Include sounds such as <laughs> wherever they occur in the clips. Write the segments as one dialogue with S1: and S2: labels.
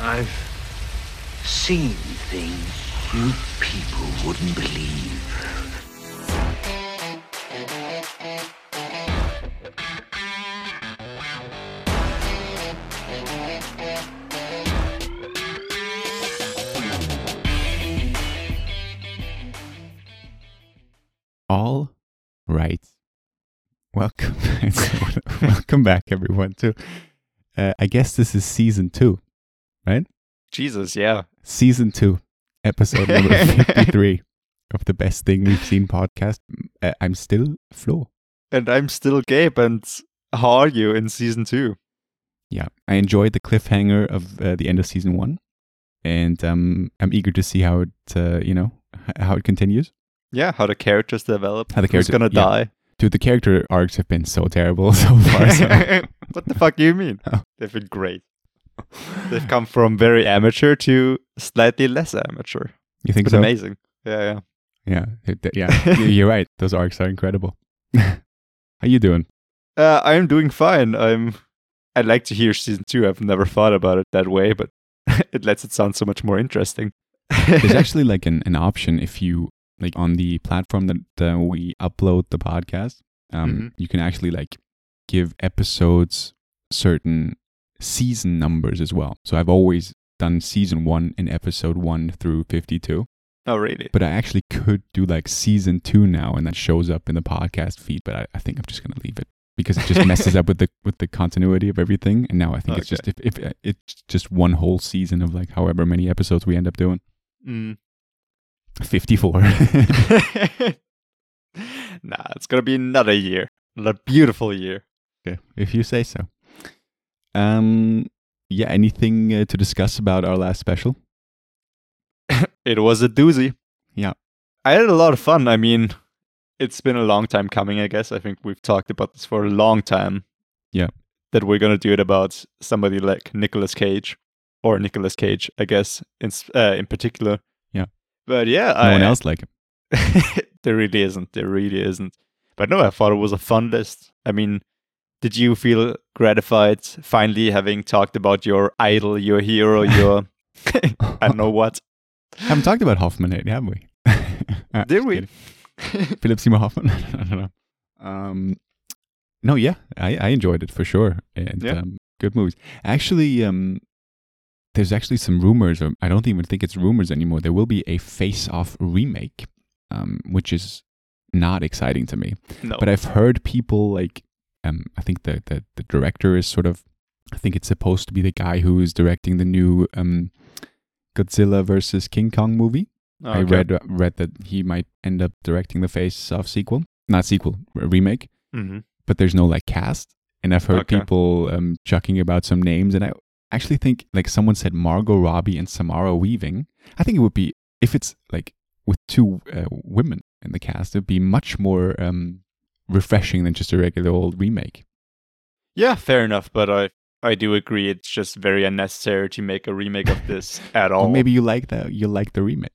S1: I've seen things you people wouldn't believe.
S2: All right. Welcome. <laughs> Welcome back, everyone, to, uh, I guess this is season two,
S3: Jesus, yeah.
S2: season two, episode number 53 of the Best Thing We've Seen podcast. Uh, I'm still Flo.
S3: And I'm still Gabe. And how are you in season two?
S2: Yeah. I enjoyed the cliffhanger of uh, the end of season one. And um, I'm eager to see how it, uh, you know, h- how it continues.
S3: Yeah, how the characters develop.
S2: How the
S3: Who's
S2: character-
S3: gonna
S2: yeah. <laughs>
S3: die?
S2: Dude, the character arcs have been so terrible <laughs> so far.
S3: <laughs>
S2: So. <laughs>
S3: what the fuck do you mean?
S2: Oh.
S3: They've been great. They've come from very amateur to slightly less amateur.
S2: you think
S3: It's
S2: so?
S3: amazing. Yeah, yeah.
S2: Yeah, it- <laughs> th- yeah, You- you're right. Those arcs are incredible. <laughs> How you doing?
S3: Uh, I'm doing fine. I'm. I'd like to hear season two. I've never thought about it that way, but <laughs> it lets it sound so much more interesting. <laughs>
S2: There's actually like an, an option if you like on the platform that uh, we upload the podcast. Um,
S3: Mhm.
S2: You can actually like give episodes certain season numbers as well. So I've always done season one and episode one through fifty-two,
S3: oh, really?
S2: but I actually could do like season two now, and that shows up in the podcast feed. But I, I think I'm just gonna leave it because it just messes up with the with the continuity of everything. And now I think it's
S3: Oh, Okay.
S2: just if, if uh, it's just one whole season of like however many episodes we end up doing, <laughs>
S3: Mm. <laughs>
S2: fifty <laughs> four.
S3: nah, it's gonna be another year, another beautiful year.
S2: Okay, if you say so. Um, yeah. Anything uh, to discuss about our last special?
S3: It was a doozy.
S2: Yeah.
S3: I had a lot of fun. I mean, it's been a long time coming. I guess I think we've talked about this for a long time.
S2: Yeah.
S3: that we're gonna do it about somebody like Nicolas Cage, or Nicolas Cage, I guess in s- uh, in particular.
S2: Yeah.
S3: but yeah,
S2: No
S3: I,
S2: one else like it.
S3: <laughs> there really isn't. There really isn't. But no, I thought it was a fun list. I mean, did you feel gratified finally having talked about your idol, your
S2: <laughs>
S3: hero, your I don't know what?
S2: haven't talked about Hoffman yet, have we? <laughs> Ah,
S3: Did
S2: just
S3: we?
S2: kidding. Philip Seymour Hoffman. <laughs> I don't know. Um, no, yeah, I, I enjoyed it for sure, and
S3: Yeah.
S2: um, good movies. Actually, um, there's actually some rumors, or I don't even think it's rumors anymore. There will be a Face Off remake, um, which is not exciting to me.
S3: no.
S2: But I've heard people like, um, I think the, the the director is sort of, I think it's supposed to be the guy who is directing the new um, Godzilla versus King Kong movie. I
S3: Oh, Okay.
S2: read read that he might end up directing the Face Off sequel, not sequel, a remake.
S3: Mhm.
S2: But there's no like cast, and I've heard
S3: Okay.
S2: people um, chucking about some names, and I actually think like someone said Margot Robbie and Samara Weaving. I think it would be if it's like with two uh, women in the cast, it'd be much more um, refreshing than just a regular old remake.
S3: Yeah, fair enough. But I, I do agree. It's just very unnecessary to make a remake of
S2: <laughs>
S3: this at all.
S2: Or maybe you like the you like the remake.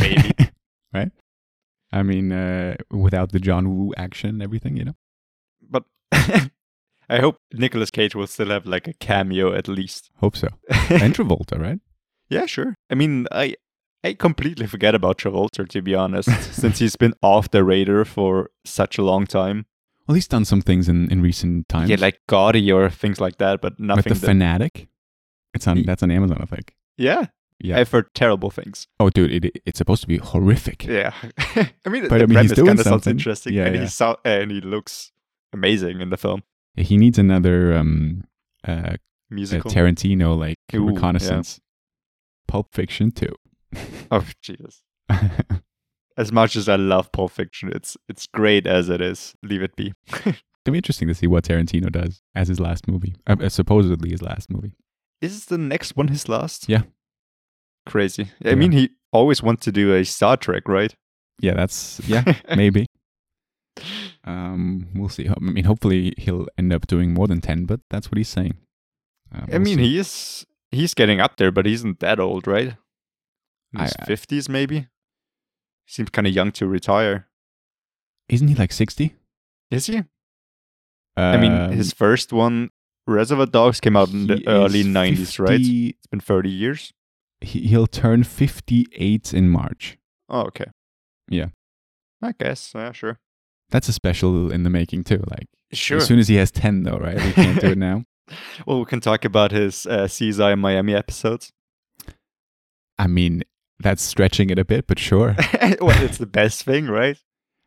S3: Maybe.
S2: <laughs> right? I mean, uh, without the John Woo action and everything, you know.
S3: <laughs> but <laughs> I hope Nicolas Cage will still have like a cameo at least.
S2: Hope
S3: <laughs>
S2: so. And Travolta, right?
S3: Yeah, sure. I mean, I I completely forget about Travolta to be honest, <laughs> since he's been off the radar for such a long time.
S2: Well, he's done some things in, in recent times.
S3: Yeah, like Gaudi or things like that, but
S2: with
S3: nothing.
S2: the
S3: that-
S2: fanatic. It's on.
S3: Ye-
S2: That's on Amazon, I think.
S3: yeah,
S2: Yeah.
S3: I've heard terrible things.
S2: oh, dude, it, it's supposed to be horrific.
S3: Yeah, <laughs> I mean,
S2: But,
S3: the
S2: I mean, he's
S3: premise
S2: doing
S3: kind of sounds
S2: something.
S3: interesting,
S2: Yeah,
S3: and
S2: yeah.
S3: he so- and he looks amazing in the film
S2: He needs another um, uh, a
S3: musical.
S2: Tarantino like
S3: Ooh,
S2: reconnaissance. Pulp Fiction <laughs> too.
S3: oh Jesus! As much as I love Pulp Fiction, it's it's great as it is. Leave it be.
S2: It'll be interesting to see what Tarantino does as his last movie, uh, uh, supposedly his last movie.
S3: Is the next one his last?
S2: Yeah.
S3: Crazy.
S2: Yeah.
S3: I mean, he always wants to do a Star Trek, right?
S2: Yeah, that's
S3: <laughs>
S2: yeah, <laughs> maybe. Um, we'll see. Ho- I mean, hopefully he'll end up doing more than ten, but that's what he's saying. Uh,
S3: I
S2: we'll
S3: mean,
S2: see.
S3: he is he's getting up there, but he isn't that old, right? In
S2: I-
S3: his
S2: I-
S3: fifties, maybe. Seems kind of young to retire.
S2: isn't he like sixty? Um,
S3: Is he? I mean, his first one Reservoir Dogs came out in
S2: He
S3: the early
S2: is
S3: 90s, right?
S2: 50
S3: It's been 30 years.
S2: He, he'll turn 58 in March.
S3: Oh, okay.
S2: Yeah.
S3: I guess. Yeah, sure.
S2: That's a special in the making too. Like
S3: Sure.
S2: as soon as he has 10 though, right? We can't do it
S3: <laughs>
S2: now.
S3: Well, we can talk about his uh, CSI Miami episodes. <laughs>
S2: I mean, that's stretching it a bit, but sure.
S3: well, it's the best thing, right?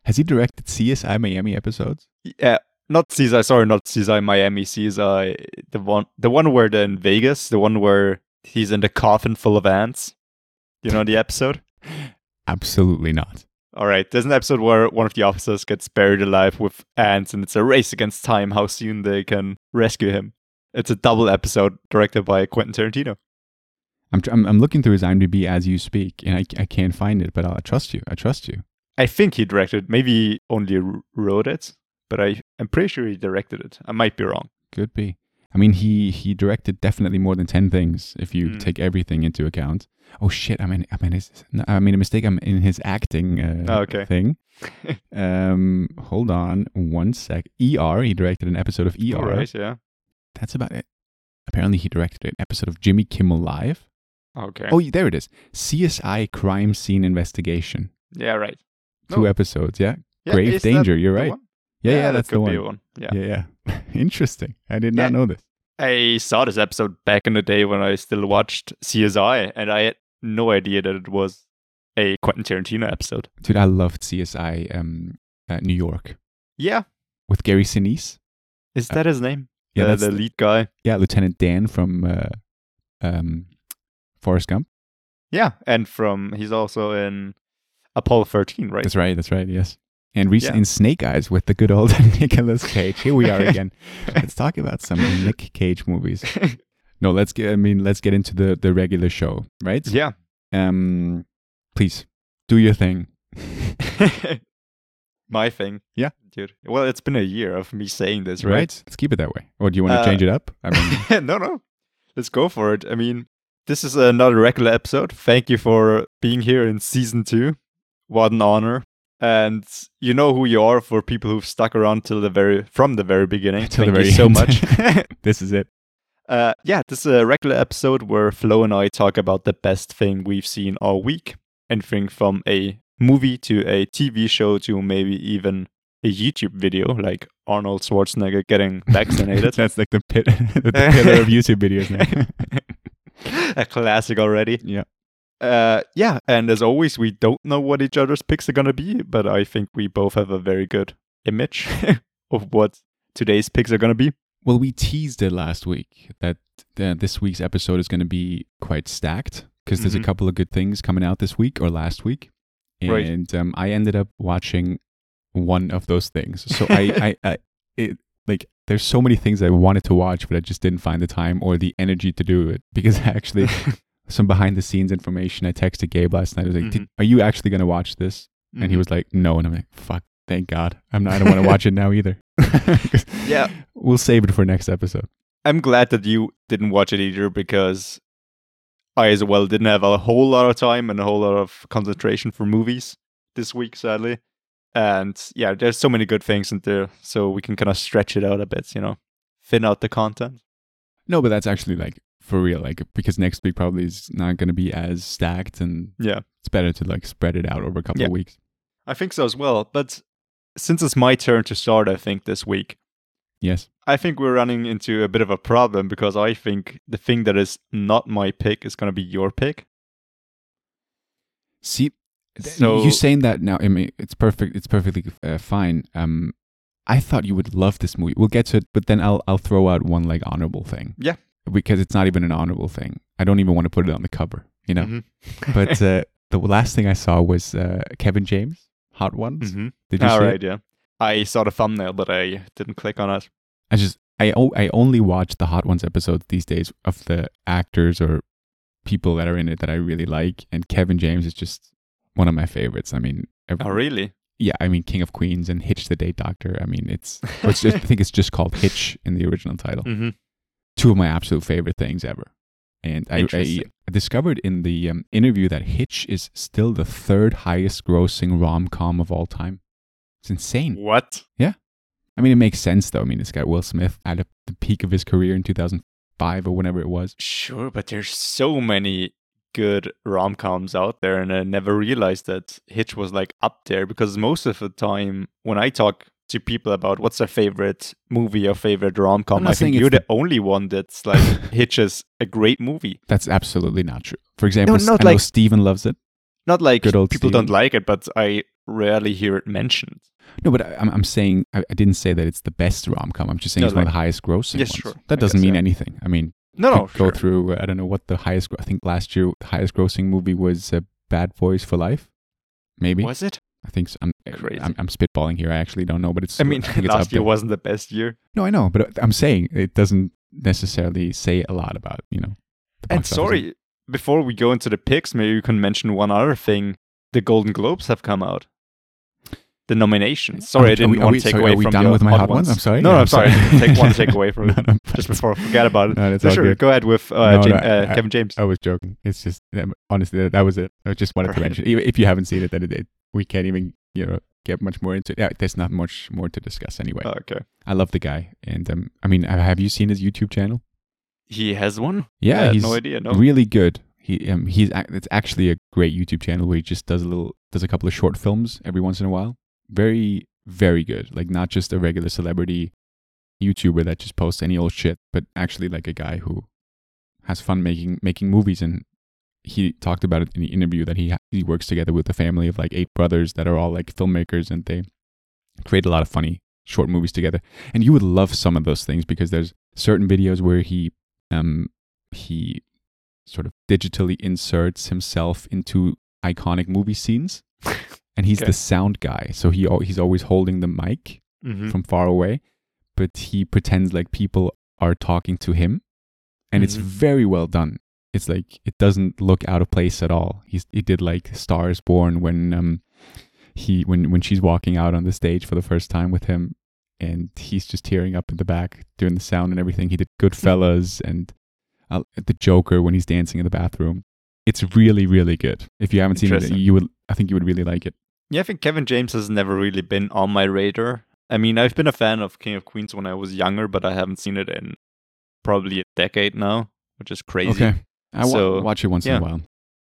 S2: Has he directed CSI Miami episodes?
S3: Yeah, uh, not CSI. Sorry, not CSI Miami. CSI the one, the one where they're in Vegas, the one where he's in the coffin full of ants. You know the episode.
S2: Absolutely not.
S3: All right, there's an episode where one of the officers gets buried alive with ants, and it's a race against time how soon they can rescue him. It's a double episode directed by Quentin Tarantino.
S2: I'm tr- I'm, I'm looking through his IMDb as you speak, and I, c- I can't find it. But I'll, I trust you. I trust you.
S3: I think he directed, maybe only r- wrote it, but I, I'm pretty sure he directed it. I might be wrong.
S2: Could be. I mean, he he directed definitely more than ten things if you
S3: Mm.
S2: take everything into account. Oh shit! I mean, I mean, is, no, I made a mistake. I'm in his acting uh,
S3: Oh, okay. <laughs>
S2: thing. um, hold on one sec. ER. He directed an episode of ER.
S3: All right, yeah.
S2: That's about it. Apparently, he directed an episode of Jimmy Kimmel Live.
S3: Okay.
S2: Oh, there it is. CSI Crime Scene Investigation.
S3: yeah, right.
S2: Two
S3: No.
S2: episodes. Yeah.
S3: Oh. Yeah,
S2: Grave
S3: is that
S2: Danger. You're
S3: the
S2: right.
S3: one?
S2: Yeah, yeah, that's
S3: that could
S2: the
S3: Be
S2: one.
S3: one. Yeah.
S2: Yeah, yeah. <laughs> Interesting. I did
S3: Yeah.
S2: not know this.
S3: I saw this episode back in the day when I still watched CSI, and I had no idea that it was a Quentin Tarantino episode.
S2: Dude, I loved CSI um, uh, New York
S3: Yeah,
S2: with Gary Sinise.
S3: is that his name?
S2: Uh, Yeah,
S3: the,
S2: that's
S3: the
S2: the-
S3: lead guy.
S2: Yeah, Lieutenant Dan from uh, um, Forrest Gump.
S3: Yeah, and from he's also in Apollo 13, right?
S2: That's right. That's right. Yes. And recent
S3: Yeah.
S2: in Snake Eyes with the good old <laughs> Nicolas Cage. Here
S3: <laughs>
S2: we are again. let's talk about some Nick Cage movies. No, let's get. I mean, let's get into the the regular show, right?
S3: yeah.
S2: Um, please do your thing. <laughs>
S3: My thing.
S2: Yeah.
S3: dude. Well, it's been a year of me saying this,
S2: Right.
S3: right?
S2: Let's keep it that way. Or do you want to
S3: Uh,
S2: change it up? I mean,
S3: <laughs> no, no. Let's go for it. I mean, this is another regular episode. Thank you for being here in season two. What an honor. And you know who you are for people who've stuck around till the very from the very beginning.
S2: <laughs> Till
S3: Thank
S2: the very
S3: you so
S2: end. <laughs>
S3: much.
S2: this is it.
S3: uh, yeah, this is a regular episode where Flo and I talk about the best thing we've seen all week. Anything from a movie to a TV show to maybe even a YouTube video, like Arnold Schwarzenegger
S2: <laughs>
S3: getting vaccinated.
S2: That's like the pit, <laughs>
S3: <laughs>
S2: the pillar of YouTube videos now.
S3: a classic already.
S2: Yeah.
S3: Uh, yeah, and as always, we don't know what each other's picks are gonna be, but I think we both have a very good image <laughs> of what today's picks are gonna be.
S2: well, we teased it last week that uh, this week's episode is going to be quite stacked because there's
S3: Mhm.
S2: a couple of good things coming out this week or last week, and
S3: Right.
S2: um, I ended up watching one of those things. So
S3: <laughs>
S2: I, I, I it, like, there's so many things I wanted to watch, but I just didn't find the time or the energy to do it because <laughs>
S3: <laughs>
S2: actually. Some behind the scenes information. I texted Gabe last night. I was like,
S3: Mhm.
S2: "Did- "Are you actually going to watch this?" and he was like, "No," and I'm like, "Fuck, thank God, I'm not. I don't want to watch it now either." <laughs> 'Cause
S3: Yeah.
S2: we'll save it for next episode.
S3: I'm glad that you didn't watch it either because I as well didn't have a whole lot of time and a whole lot of concentration for movies this week, sadly. And yeah, there's so many good things in there, so we can kind of stretch it out a bit, you know, thin out the content.
S2: No, but that's actually like for real, like because next week probably is not going to be as stacked, and
S3: Yeah.
S2: it's better to like spread it out over a couple
S3: Yeah.
S2: of weeks.
S3: I think so as well. But since it's my turn to start, I think this week,
S2: Yes,
S3: I think we're running into a bit of a problem because I think the thing that is not my pick is going to be your pick.
S2: see, th-
S3: So-
S2: you saying that now, I mean, it's perfect. It's perfectly uh, fine. Um, I thought you would love this movie. We'll get to it, but then I'll I'll throw out one like honorable thing.
S3: Yeah.
S2: because it's not even an honorable thing. I don't even want to put it on the cover. You know.
S3: Mm-hmm. <laughs>
S2: but uh, the last thing I saw was uh, Kevin James, Hot Ones.
S3: Mhm.
S2: Did you
S3: all
S2: see
S3: right,
S2: it?
S3: yeah. I saw the thumbnail, but I didn't click on it.
S2: I just I o- I only watch the Hot Ones episodes these days of the actors or people that are in it that I really like, and Kevin James is just one of my favorites. I mean, ev-
S3: Oh, really?
S2: yeah, I mean King of Queens and Hitch the Date Doctor. I mean,
S3: <laughs>
S2: it's which I think it's just called Hitch in the original title.
S3: Mm-hmm.
S2: two of my absolute favorite things ever. And I, I
S3: Interesting.
S2: discovered in the um, interview that Hitch is still the third highest grossing rom com of all time. It's insane.
S3: What?
S2: I mean, it makes sense though. I mean, it's got Will Smith at a, the peak of his career in 2005 or whenever it was.
S3: Sure, but there's so many good rom coms out there, and I never realized that Hitch was like up there because most of the time when I talk to people about what's their favorite movie or favorite rom
S2: I'm
S3: com,
S2: not
S3: I
S2: saying
S3: think you're
S2: it's
S3: the only one that's like
S2: <laughs>
S3: Hitch is a great movie.
S2: That's absolutely not true. For example,
S3: not
S2: I know
S3: like-
S2: Steven loves it.
S3: Not like
S2: Good old
S3: people
S2: Steven.
S3: don't like it, but I rarely hear it mentioned.
S2: No, but I, I'm, I'm saying I, I didn't say that it's the best rom com. I'm just saying
S3: No,
S2: it's one of
S3: like-
S2: the highest grossing.
S3: Yes,
S2: ones.
S3: sure. I
S2: That doesn't
S3: guess,
S2: mean
S3: yeah.
S2: anything. I mean,
S3: No, no,
S2: could go
S3: sure.
S2: through. uh, I don't know what the highest. gro- I think last year the highest grossing movie was uh, Bad Boys for Life. Maybe
S3: Was it?
S2: I think so. I'm, uh,
S3: Crazy.
S2: I'm I'm spitballing here. I actually don't know, but it's.
S3: <laughs> I mean,
S2: think it's up
S3: last year
S2: there.
S3: wasn't the best year.
S2: No, I know, but uh, I'm saying it doesn't necessarily say a lot about you know. the
S3: And
S2: box office.
S3: sorry, before we go into the picks, maybe we can mention one other thing. The Golden Globes have come out. The nominations. Sorry,
S2: Are
S3: I
S2: we-
S3: didn't
S2: are we- are
S3: want
S2: we-
S3: to take
S2: sorry,
S3: away
S2: are we
S3: from
S2: done
S3: your
S2: with my hot ones?
S3: ones.
S2: I'm sorry.
S3: No,
S2: I'm
S3: I'm sorry.
S2: <laughs>
S3: <laughs>
S2: sorry.
S3: take one
S2: <laughs>
S3: take away from
S2: No, no,
S3: just before I forget about it.
S2: No, it's
S3: So
S2: all
S3: sure,
S2: good.
S3: go ahead with uh,
S2: No, no,
S3: Jam-
S2: I-
S3: uh, Kevin James.
S2: I was joking. It's just um, honestly that was it. I just wanted to
S3: Right.
S2: mention, even if you haven't seen it, that it, it we can't even you know get much more into. it. Yeah, there's not much more to discuss anyway.
S3: Oh, okay.
S2: I love the guy, and um, I mean, uh, have you seen his YouTube channel?
S3: He has one?
S2: Yeah,
S3: I had
S2: he's
S3: no idea. No.
S2: really good. He um, he's ac- it's actually a great YouTube channel where he just does a little does a couple of short films every once in a while. Very very good. Like not just a regular celebrity YouTuber that just posts any old shit, but actually like a guy who has fun making making movies and he talked about it in the interview that he ha- he works together with a family of like eight brothers that are all like filmmakers and they create a lot of funny short movies together. And you would love some of those things because there's certain videos where he um he sort of digitally inserts himself into iconic movie scenes. And he's
S3: Okay.
S2: the sound guy, so he al- he's always holding the mic
S3: Mhm.
S2: from far away, but he pretends like people are talking to him, and it's
S3: Mhm.
S2: very well done. It's like it doesn't look out of place at all. He's he did like Stars Born when um he when when she's walking out on the stage for the first time with him, and he's just tearing up in the back doing the sound and everything. He did Goodfellas and uh, the Joker when he's dancing in the bathroom. It's really really good. If you haven't seen it,
S3: Interesting.
S2: you would I think you would really like it.
S3: Yeah, I think Kevin James has never really been on my radar. I mean, I've been a fan of King of Queens when I was younger, but I haven't seen it in probably a decade now, which is crazy.
S2: Okay, I wa-
S3: So,
S2: watch it once
S3: yeah.
S2: in a while.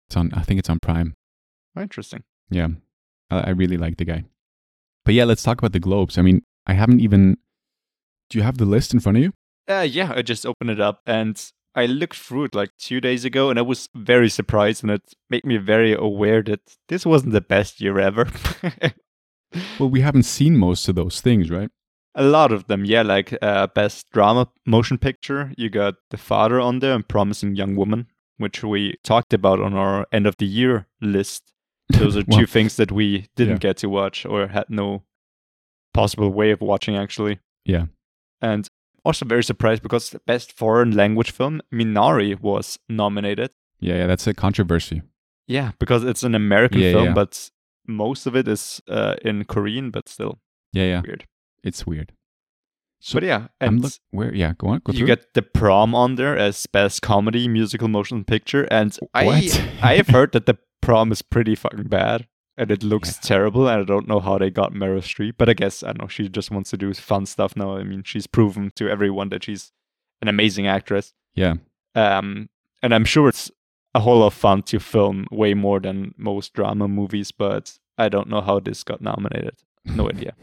S2: It's on. I think it's on Prime.
S3: Oh, interesting.
S2: Yeah, I, I really like the guy. But yeah, let's talk about the Globes. I mean, I haven't even. Do you have the list in front of you?
S3: Uh, yeah, I just opened it up and I looked through it like two days ago and I was very surprised and it made me very aware that this wasn't the best year ever. <laughs>
S2: Well, we haven't seen most of those things, right?
S3: a lot of them, yeah, like uh, best drama motion picture. You got The Father on there and Promising Young Woman, which we talked about on our end of the year list. Those are
S2: <laughs> Well,
S3: two things that we didn't
S2: yeah.
S3: get to watch or had no possible way of watching, actually.
S2: Yeah.
S3: And also very surprised because the best foreign language film, Minari, was nominated.
S2: Yeah, yeah, that's a controversy.
S3: Yeah, because it's an American
S2: Yeah,
S3: film,
S2: yeah.
S3: but most of it is uh, in Korean, but still
S2: Yeah, yeah,
S3: weird.
S2: it's weird. So
S3: But yeah,
S2: I'm
S3: and
S2: look where. Yeah, go on. Go
S3: you
S2: through.
S3: get the prom on there as best comedy musical motion picture and
S2: What?
S3: <laughs> i i've heard that the prom is pretty fucking bad and it looks
S2: Yeah.
S3: terrible and i don't know how they got meryl streep but i guess i don't know she just wants to do fun stuff now i mean she's proven to everyone that she's an amazing actress
S2: <laughs> yeah,
S3: um and i'm sure it's a whole lot of fun to film way more than most drama movies but i don't know how this got nominated
S2: <laughs>
S3: no idea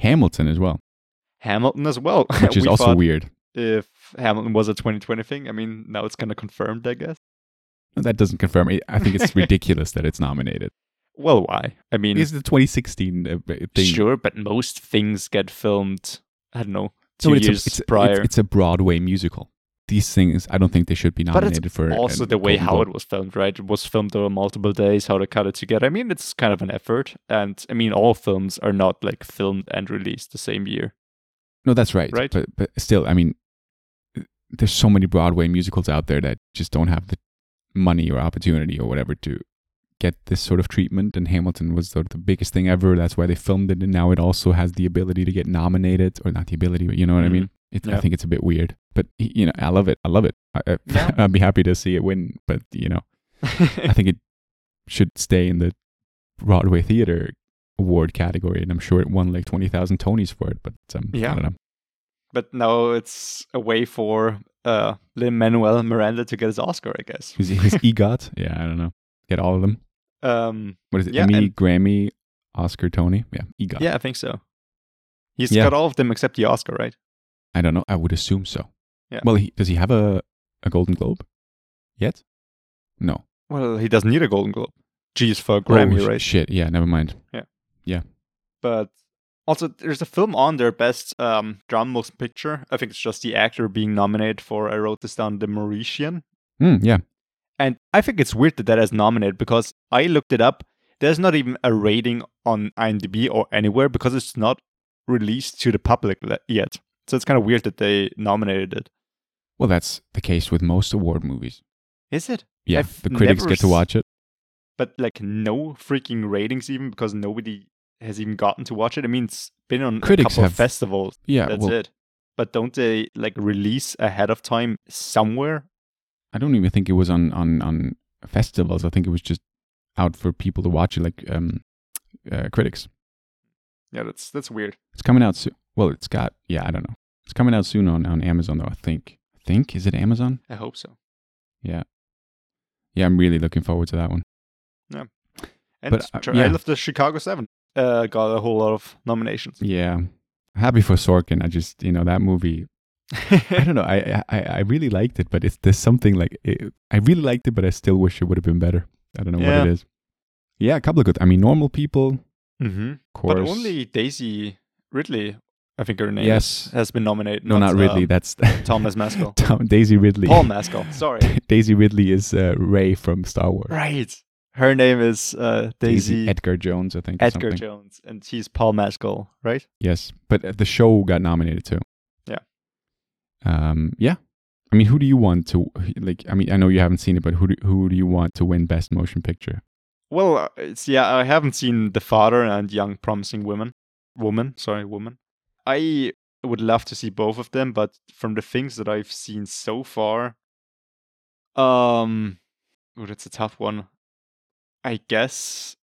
S2: Hamilton as well,
S3: hamilton as well <laughs>
S2: which is
S3: We
S2: also
S3: thought-
S2: weird.
S3: if Hamilton was a 2020 thing. I mean, now it's kind of confirmed, I guess.
S2: No, that doesn't confirm. it. I think
S3: <laughs>
S2: it's ridiculous that it's nominated.
S3: Well, why? I mean,
S2: It's the 2016 uh, b- thing.
S3: sure, but most things get filmed. I don't know two
S2: No, but it's, a,
S3: years
S2: it's, a- it's-
S3: prior.
S2: it's a Broadway musical. These things, I don't think they should be
S3: but
S2: nominated
S3: it's
S2: for.
S3: also
S2: an
S3: the way
S2: Golden
S3: how
S2: Globe.
S3: it was filmed, right? It was filmed over multiple days, how they cut it together. I mean, it's kind of an effort, and I mean, all films are not like filmed and released the same year.
S2: No, that's right.
S3: Right?
S2: But but still, I mean, there's so many Broadway musicals out there that just don't have the money or opportunity or whatever to get this sort of treatment. And Hamilton was sort of the biggest thing ever. That's why they filmed it, and now it also has the ability to get nominated, or not the ability, but you know what I
S3: Mhm.
S2: mean. It, I
S3: Yeah.
S2: think it's a bit weird, but y- you know, I love it. I love it. I, I,
S3: Yeah.
S2: <laughs> I'd be happy to see it win, but
S3: Mm-hmm.
S2: you know, I think it should stay in the Broadway theater award category, and I'm sure it won like twenty thousand Tonys for it. But um,
S3: Yeah.
S2: I don't know.
S3: <laughs> But now it's a way for uh, Lin Manuel Miranda to get his Oscar, I guess.
S2: His, his EGOT, <laughs> yeah, I don't know. Get all of them.
S3: Um,
S2: What is it?
S3: Yeah,
S2: Emmy,
S3: and-
S2: Grammy, Oscar, Tony. Yeah, E EGOT.
S3: yeah, I think so. He's
S2: Yeah.
S3: got all of them except the Oscar, right?
S2: I don't know. I would assume so.
S3: Yeah.
S2: Well, he, does he have a, a Golden Globe yet? No.
S3: Well, he doesn't need a Golden Globe. G is for
S2: Oh,
S3: Grammy,
S2: sh-
S3: right?
S2: Shit. Yeah. Never mind.
S3: but also there's a film on their best um drum motion picture i think it's just the actor being nominated for i wrote this down the mauritian
S2: Mm, yeah.
S3: and i think it's weird that that is nominated because i looked it up there's not even a rating on imdb or anywhere because it's not released to the public le- yet so it's kind of weird that they nominated it
S2: Well, that's the case with most award movies.
S3: is it
S2: Yeah.
S3: I've
S2: the critics
S3: never
S2: get to
S3: s-
S2: watch it.
S3: but like no freaking ratings even because nobody has even gotten to watch it i mean it's been on
S2: Critics
S3: a couple of
S2: have-
S3: festivals
S2: Yeah.
S3: That's
S2: well,
S3: it. But don't they like release ahead of time somewhere?
S2: I don't even think it was on, on, on festivals. I think it was just out for people to watch it, like um, uh, critics.
S3: Yeah, that's that's weird.
S2: It's coming out soon. Well, it's got, yeah, I don't know. It's coming out soon on, on Amazon, though, I think. I think? Is it Amazon?
S3: I hope so.
S2: Yeah, I'm really looking forward to that one.
S3: And
S2: But, uh,
S3: tr-
S2: yeah.
S3: I love the Chicago Seven. Uh, got a whole lot of nominations.
S2: Yeah. Happy for Sorkin. I just, you know, that movie, I don't know. I, I, I really liked it, but it's there's something like, it, I really liked it, but I still wish it would have been better. I don't know
S3: Yeah.
S2: what it is. Yeah, a couple of good, I mean, normal people, of
S3: mm-hmm.
S2: course.
S3: But only Daisy Ridley, I think her name
S2: Yes.
S3: is, has been nominated.
S2: No, not Ridley.
S3: um,
S2: That's <laughs>
S3: Thomas Maskell.
S2: Tom, Daisy Ridley.
S3: Paul
S2: <laughs>
S3: Maskell. Sorry.
S2: Daisy Ridley is uh, Ray from Star Wars.
S3: right. Her name is uh, Daisy,
S2: Edgar Jones, I think. or
S3: Edgar
S2: something.
S3: Jones, and she's Paul Maskell, right?
S2: Yes, but uh, the show got nominated too.
S3: Yeah.
S2: Um. Yeah. I mean, who do you want to like? I mean, I know you haven't seen it, but who do, who do you want to win Best Motion Picture?
S3: Well, uh, it's yeah. I haven't seen The Father and Young Promising Women. Woman, sorry, woman. I would love to see both of them, but from the things that I've seen so far, um, ooh, that's a tough one. I guess.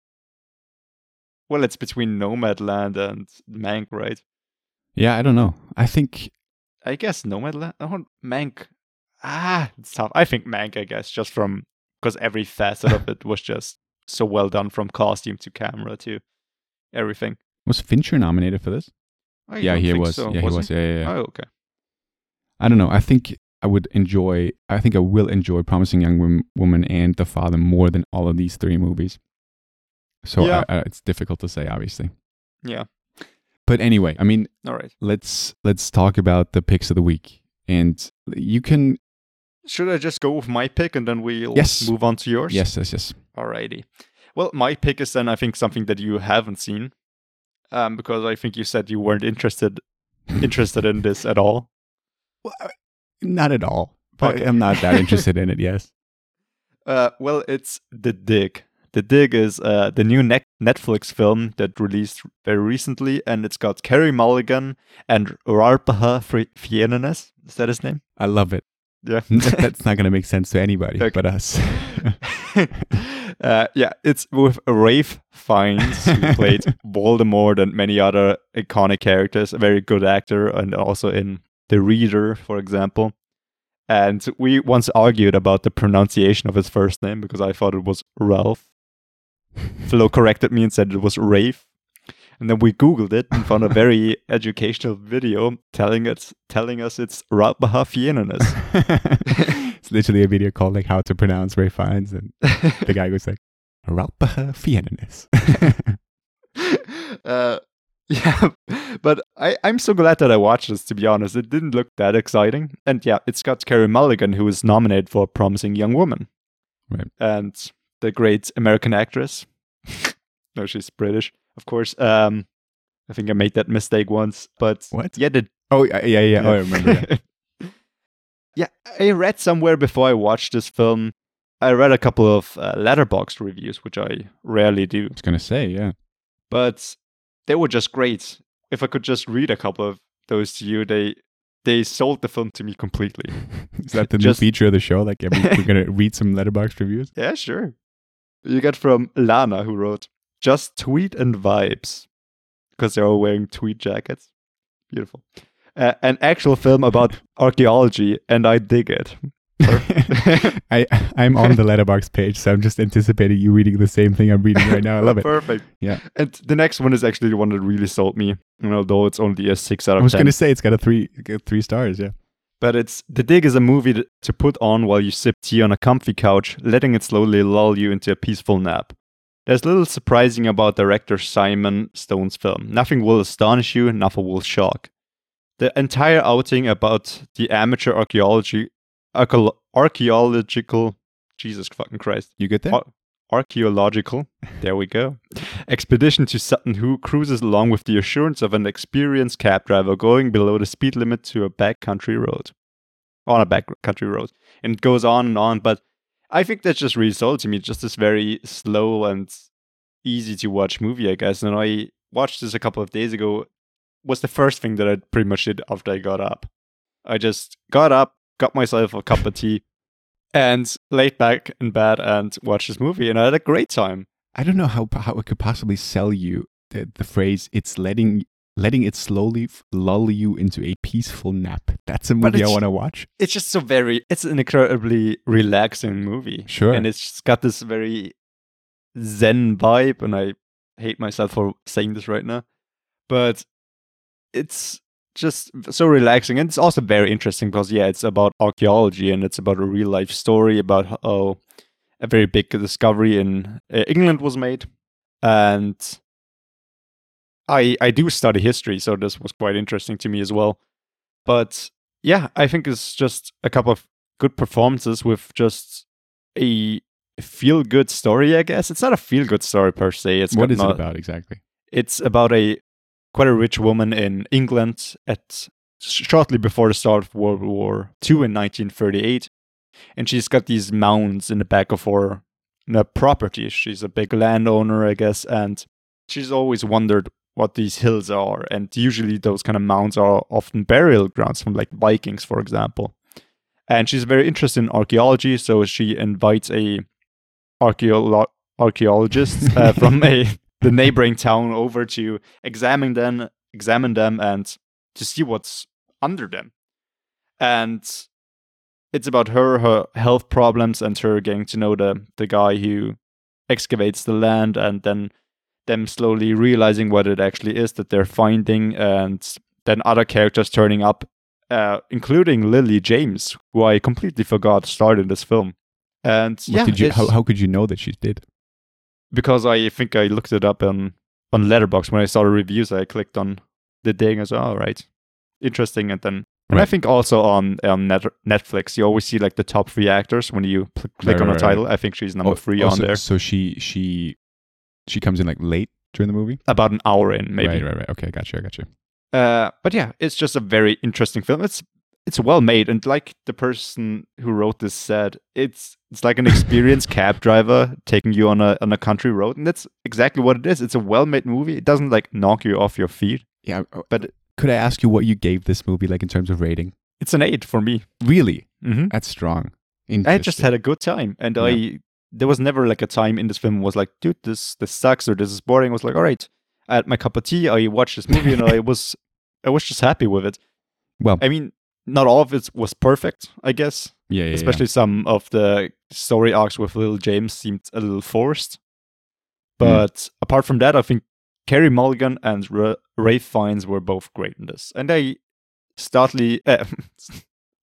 S3: Well, it's between Nomadland and Mank, right?
S2: Yeah, I don't know. I think
S3: I guess Nomadland. Oh, Mank. Ah, it's tough. I think Mank. I guess just from because every facet
S2: <laughs>
S3: of it was just so well done, from costume to camera to everything.
S2: was Fincher nominated for this.
S3: I
S2: yeah,
S3: don't
S2: he
S3: think
S2: was.
S3: so,
S2: yeah, he was. Yeah, yeah, yeah.
S3: Oh, okay.
S2: I don't know. I think I would enjoy. I think I will enjoy Promising Young Wom- Woman and The Father more than all of these three movies. So
S3: Yeah.
S2: I, I, it's difficult to say, obviously.
S3: Yeah.
S2: But anyway, I mean,
S3: All right.
S2: let's let's talk about the picks of the week, and you can
S3: Should I just go with my pick and then we'll
S2: Yes.
S3: move on to yours?
S2: yes, yes, yes.
S3: Alrighty. Well, my pick is then I think something that you haven't seen, um, because I think you said you weren't interested interested in this at all.
S2: <laughs> Well, I- not at all. But
S3: Okay.
S2: I'm not that interested in it. Yes.
S3: Uh, well, it's The Dig. The Dig is uh, the new Nec- Netflix film that released very recently, and it's got Kerry Mulligan and Rarpaha Fri- Fiennes. Is that his name?
S2: I love it. <laughs>
S3: <laughs> Yeah.
S2: That's not going to make sense to anybody
S3: Okay.
S2: but us.
S3: uh, yeah, it's with Rafe Fiennes, who played Voldemort and many other iconic characters. A very good actor, and also in The Reader, for example. And we once argued about the pronunciation of his first name because I thought it was Ralph. Flo corrected me and said it was Rafe. And then we Googled it and found a <laughs> very educational video telling it, telling us it's Ralph Fiennes.
S2: <laughs> it's literally a video called like how to pronounce Ray Fiennes, and the guy goes like, "Ralpha Fiennes."
S3: <laughs>
S2: <laughs>
S3: uh, yeah, but I, I'm so glad that I watched this, to be honest. It didn't look that exciting. And yeah, it's got Carrie Mulligan, who is nominated for Promising Young Woman.
S2: Right.
S3: And the great American actress. <laughs> no, she's British, of course. Um, I think I made that mistake once. But
S2: What?
S3: yeah, the
S2: Oh yeah, yeah, yeah. Oh, <laughs> I remember. That.
S3: yeah, I read somewhere before I watched this film. I read a couple of uh, letterbox reviews, which I rarely do,
S2: I was gonna say, yeah.
S3: but they were just great. If I could just read a couple of those to you, they they sold the film to me completely.
S2: Is that the
S3: Just-
S2: new feature of the show? Like, <laughs> every, we're gonna read some letterbox reviews.
S3: Yeah, sure. You get from Lana, who wrote, just tweed and vibes because they're all wearing tweed jackets. Beautiful. Uh, an actual film about archaeology, and I dig it. <laughs>
S2: I I'm on the letterbox page, so I'm just anticipating you reading the same thing I'm reading right now. I <laughs> love it.
S3: Perfect.
S2: Yeah.
S3: And the next one is actually the one that really sold me, and although it's only a six out
S2: I
S3: of
S2: was
S3: ten.
S2: gonna say it's got a three three stars. Yeah.
S3: But it's The Dig is a movie th- to put on while you sip tea on a comfy couch, letting it slowly lull you into a peaceful nap. There's little surprising about director Simon Stone's film. Nothing will astonish you, nothing will shock. The entire outing about the amateur archaeology, archaeo- archaeological, Jesus fucking Christ,
S2: You get that?
S3: Ar- archaeological, there we go, expedition to Sutton Hoo cruises along with the assurance of an experienced cab driver going below the speed limit to a backcountry road. On a backcountry road. And it goes on and on, but I think that's just really sold to me. Just this very slow and easy to watch movie, I guess. And I watched this a couple of days ago. Was the first thing that I pretty much did after I got up. I just got up, got myself a cup of tea, and laid back in bed and watched this movie. And I had a great time.
S2: I don't know how how it could possibly sell you the, the phrase "it's letting letting it slowly f- lull you into a peaceful nap." That's a movie I
S3: it's-
S2: want to watch.
S3: It's just so very. It's an incredibly relaxing movie.
S2: Sure.
S3: And it's just got this very zen vibe, and I hate myself for saying this right now, but it's just so relaxing and it's also very interesting because yeah it's about archaeology and it's about a real life story about how a very big discovery in uh, england was made and i i do study history so this was quite interesting to me as well but yeah i think it's just a couple of good performances with just a feel good story i guess it's not a feel good story per se it's
S2: What
S3: got
S2: is
S3: no-
S2: it about exactly?
S3: it's about a quite a rich woman in England at shortly before the start of World War II in 1938, and she's got these mounds in the back of her in her property. She's a big landowner, I guess, and she's always wondered what these hills are, and usually those kind of mounds are often burial grounds from like Vikings, for example. And she's very interested in archaeology, so she invites a archaeolo- archaeologist uh, from a
S2: <laughs>
S3: the neighboring town over to examine them, examine them, and to see what's under them. And it's about her, her health problems, and her getting to know the the guy who excavates the land, and then them slowly realizing what it actually is that they're finding, and then other characters turning up, uh, including Lily James, who I completely forgot starred in this film. And
S2: What
S3: yeah,
S2: did you, how,
S3: it's-
S2: how could you know that she did?
S3: because I think I looked it up on on Letterbox when I saw the reviews. I clicked on the thing as well. Right, interesting. And then and I
S2: Right.
S3: think also on on Net- Netflix, you always see like the top three actors when you pl- click
S2: Right,
S3: on
S2: right,
S3: a
S2: right.
S3: title. I think she's number
S2: uh, Oh,
S3: three
S2: oh,
S3: on
S2: so-
S3: there.
S2: So she she she comes in like late during the movie.
S3: About an hour in, maybe.
S2: Right, right, right. Okay, I got you. I got you.
S3: Uh, but yeah, it's just a very interesting film. It's it's well made, and like the person who wrote this said, it's it's like
S2: <laughs>
S3: an experienced cab driver taking you on a on a country road, and that's exactly what it is. It's a well made movie. It doesn't like knock you off your feet.
S2: Yeah, I- I-
S3: uh, But-
S2: could I ask you what you gave this movie like in terms of rating?
S3: It's an eight for me.
S2: Really,
S3: Mm-hmm.
S2: that's strong.
S3: I just
S2: Interesting.
S3: had a good time, and I there was never like a time in this film was like, dude, this this sucks or this is boring. I was like, all right, I had my cup of tea, I watched this movie, and I was I was just happy with it.
S2: well,
S3: I mean, not all of it was perfect, I guess.
S2: yeah, yeah, yeah.
S3: Especially some of the story arcs with Little James seemed a little forced. But apart from that, I think Kerry Mulligan and Ra- Ray Fiennes were both great in this, and I startly <laughs> uh,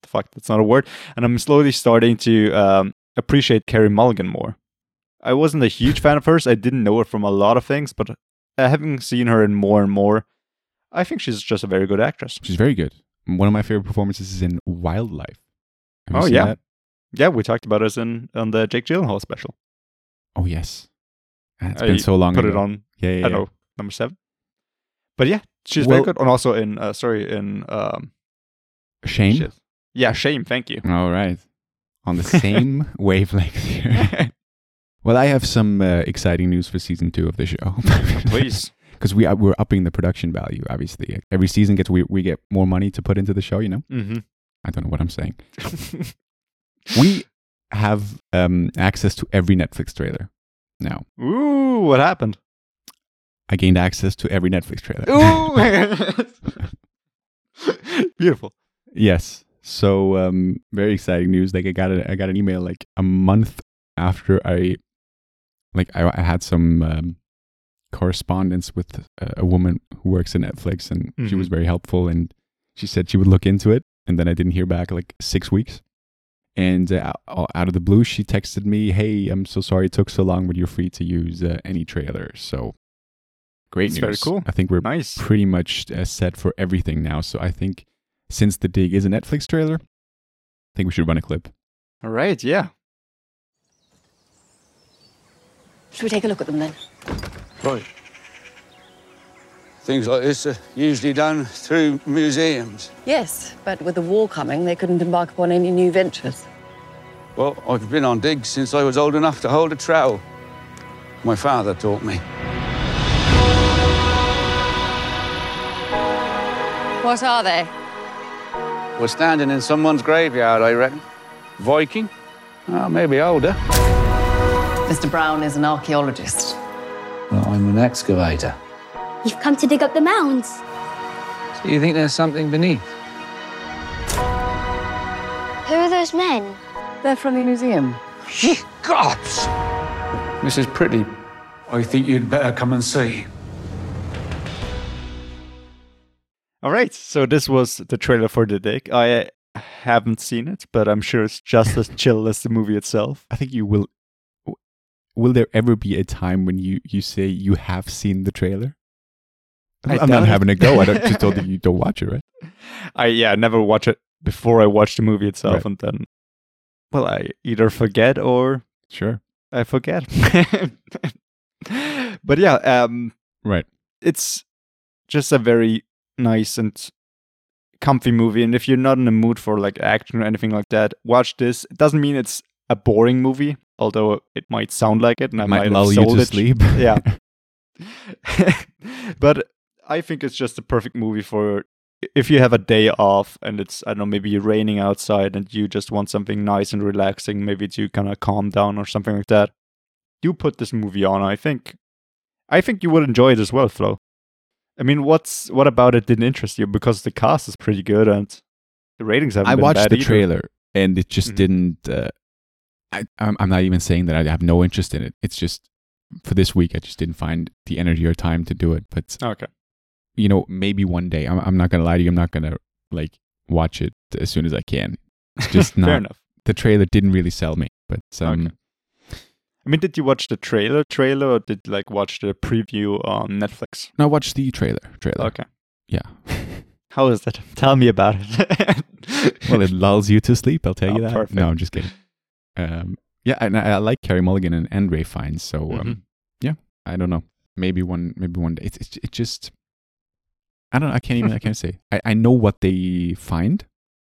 S3: fuck that's not a word, and I'm slowly starting to um, appreciate Kerry Mulligan more. I wasn't a huge fan of hers. I didn't know her from a lot of things, but uh, having seen her in more and more, I think she's just a very good actress.
S2: She's very good. One of my favorite performances is in Wildlife. Have you
S3: Oh,
S2: seen
S3: yeah.
S2: that?
S3: Yeah, we talked about us in on the Jake Gyllenhaal special.
S2: Oh yes. Ah, It's
S3: I
S2: been so long.
S3: Put it
S2: ago.
S3: on
S2: Yeah, yeah.
S3: I don't know, number seven. But yeah, she's
S2: Well-
S3: very good. And also in, uh, sorry, in, um,
S2: yeah. Shame.
S3: shit. yeah, Shame,
S2: <laughs>
S3: thank you.
S2: All right. On the same wavelength here. Well, I have some uh, exciting news for season two of the show. <laughs>
S3: Please.
S2: Because we are, we're upping the production value, obviously. Every season gets we, we get more money to put into the show, you know?
S3: mm-hmm.
S2: I don't know what I'm saying. We have um, access to every Netflix trailer now.
S3: <laughs> Ooh, what happened?
S2: I gained access to every Netflix trailer. <laughs>
S3: <laughs> Beautiful.
S2: Yes. So um, very exciting news. Like I got a, I got an email like a month after I, like I, I had some um, correspondence with a, a woman who works at Netflix, and she was
S3: Mhm.
S2: very helpful, and she said she would look into it, and then I didn't hear back like six weeks. And uh, o- out of the blue, she texted me, "Hey, I'm so sorry it took so long, but you're free to use uh, any trailer." So great news.
S3: That's very cool.
S2: I think we're
S3: Nice.
S2: pretty much uh, set for everything now. So I think since the dig is a Netflix trailer, I think we should run a clip.
S3: All right. Yeah.
S4: Should we take a look at them then?
S5: Right. Things like this are usually done through museums.
S4: Yes, but with the war coming, they couldn't embark upon any new ventures.
S5: Well, I've been on digs since I was old enough to hold a trowel. My father taught me.
S4: What are they?
S5: We're standing in someone's graveyard, I reckon. Viking? Oh, maybe older.
S4: Mr. Brown is an archaeologist.
S5: I'm an excavator.
S6: You've come to dig up the mounds.
S5: Do you think there's something beneath?
S6: Who are those men?
S4: They're from the museum.
S5: Ye gods! Mrs. Pretty, I think you'd better come and see.
S3: All right. So this was the trailer for The Dick. I haven't seen it, but I'm sure it's just as chill as the movie itself.
S2: I think you will. w- Will there ever be a time when you, you say you have seen the trailer?
S3: I
S2: I'm not
S3: doubt it.
S2: having a go. I don't, just <laughs> told you you don't watch it, right?
S3: I yeah, I never watch it before I watch the movie itself,
S2: Right.
S3: and then well, I either forget or
S2: Sure.
S3: I forget. <laughs> but yeah, um,
S2: Right.
S3: it's just a very nice and comfy movie. And if you're not in the mood for like action or anything like that, watch this. It doesn't mean it's a boring movie, although it might sound like it, and I might,
S2: might
S3: have
S2: lull you
S3: sold
S2: to
S3: it.
S2: <laughs> sleep.
S3: Yeah. <laughs> but I think it's just the perfect movie for if you have a day off and it's I don't know maybe raining outside and you just want something nice and relaxing, maybe to kind of calm down or something like that. You put this movie on, I think. I think you would enjoy it as well, Flo. I mean, what's what about it didn't interest you? Because the cast is pretty good and the ratings haven't
S2: I
S3: been
S2: watched
S3: bad
S2: the
S3: either.
S2: trailer and it just
S3: Mhm.
S2: didn't. Uh, I, I'm, I'm not even saying that I have no interest in it. It's just for this week, I just didn't find the energy or time to do it. But
S3: Okay.
S2: you know, maybe one day. I'm, I'm not gonna lie to you. I'm not gonna like watch it as soon as I <laughs> can. It's just
S3: Fair
S2: not.
S3: enough.
S2: The trailer didn't really sell me, but um,
S3: Okay. I mean, did you watch the trailer trailer or did like watch the preview on Netflix?
S2: no, watch the trailer. Trailer.
S3: Okay.
S2: Yeah.
S3: How is that? <laughs> Tell me about it.
S2: <laughs> well, it lulls you to sleep. I'll tell
S3: Oh,
S2: you that.
S3: perfect.
S2: No, I'm just kidding. Um, yeah, and I, I like Carrie Mulligan and, and Ray Fiennes. So um,
S3: Mhm.
S2: yeah, I don't know. Maybe one. Maybe one day. It's it's it just. I don't. know. I can't even. I <laughs> can't say. I, I know what they find.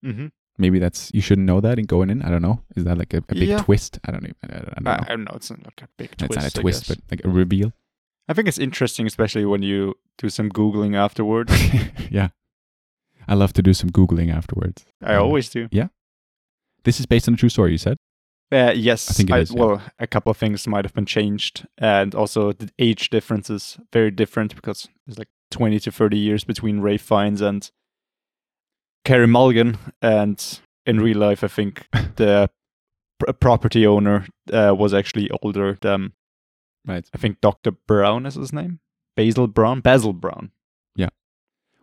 S3: Mhm.
S2: Maybe that's you shouldn't know that in going in. I don't know. Is that like a, a big
S3: Yeah.
S2: twist? I don't even. I, don't- I don't know.
S3: I, I don't know. It's not like a big twist.
S2: it's not a
S3: I
S2: twist,
S3: guess.
S2: but like a reveal. <laughs>
S3: I think it's interesting, especially when you do some googling afterwards.
S2: <laughs> yeah. I love to do some Googling afterwards.
S3: I
S2: Uh,
S3: always do.
S2: This is based on a true story, you said?
S3: Uh, yes,
S2: I think it is, yeah.
S3: Well, a couple of things might have been changed, and also the age difference is very different because there's like 20 to 30 years between Ray Fiennes and Carrie Mulligan, and in real life,
S2: <laughs>
S3: I think the pr- property owner uh, was actually older than
S2: Right.
S3: I think Dr. Brown is his name. Basil Brown. Basil Brown.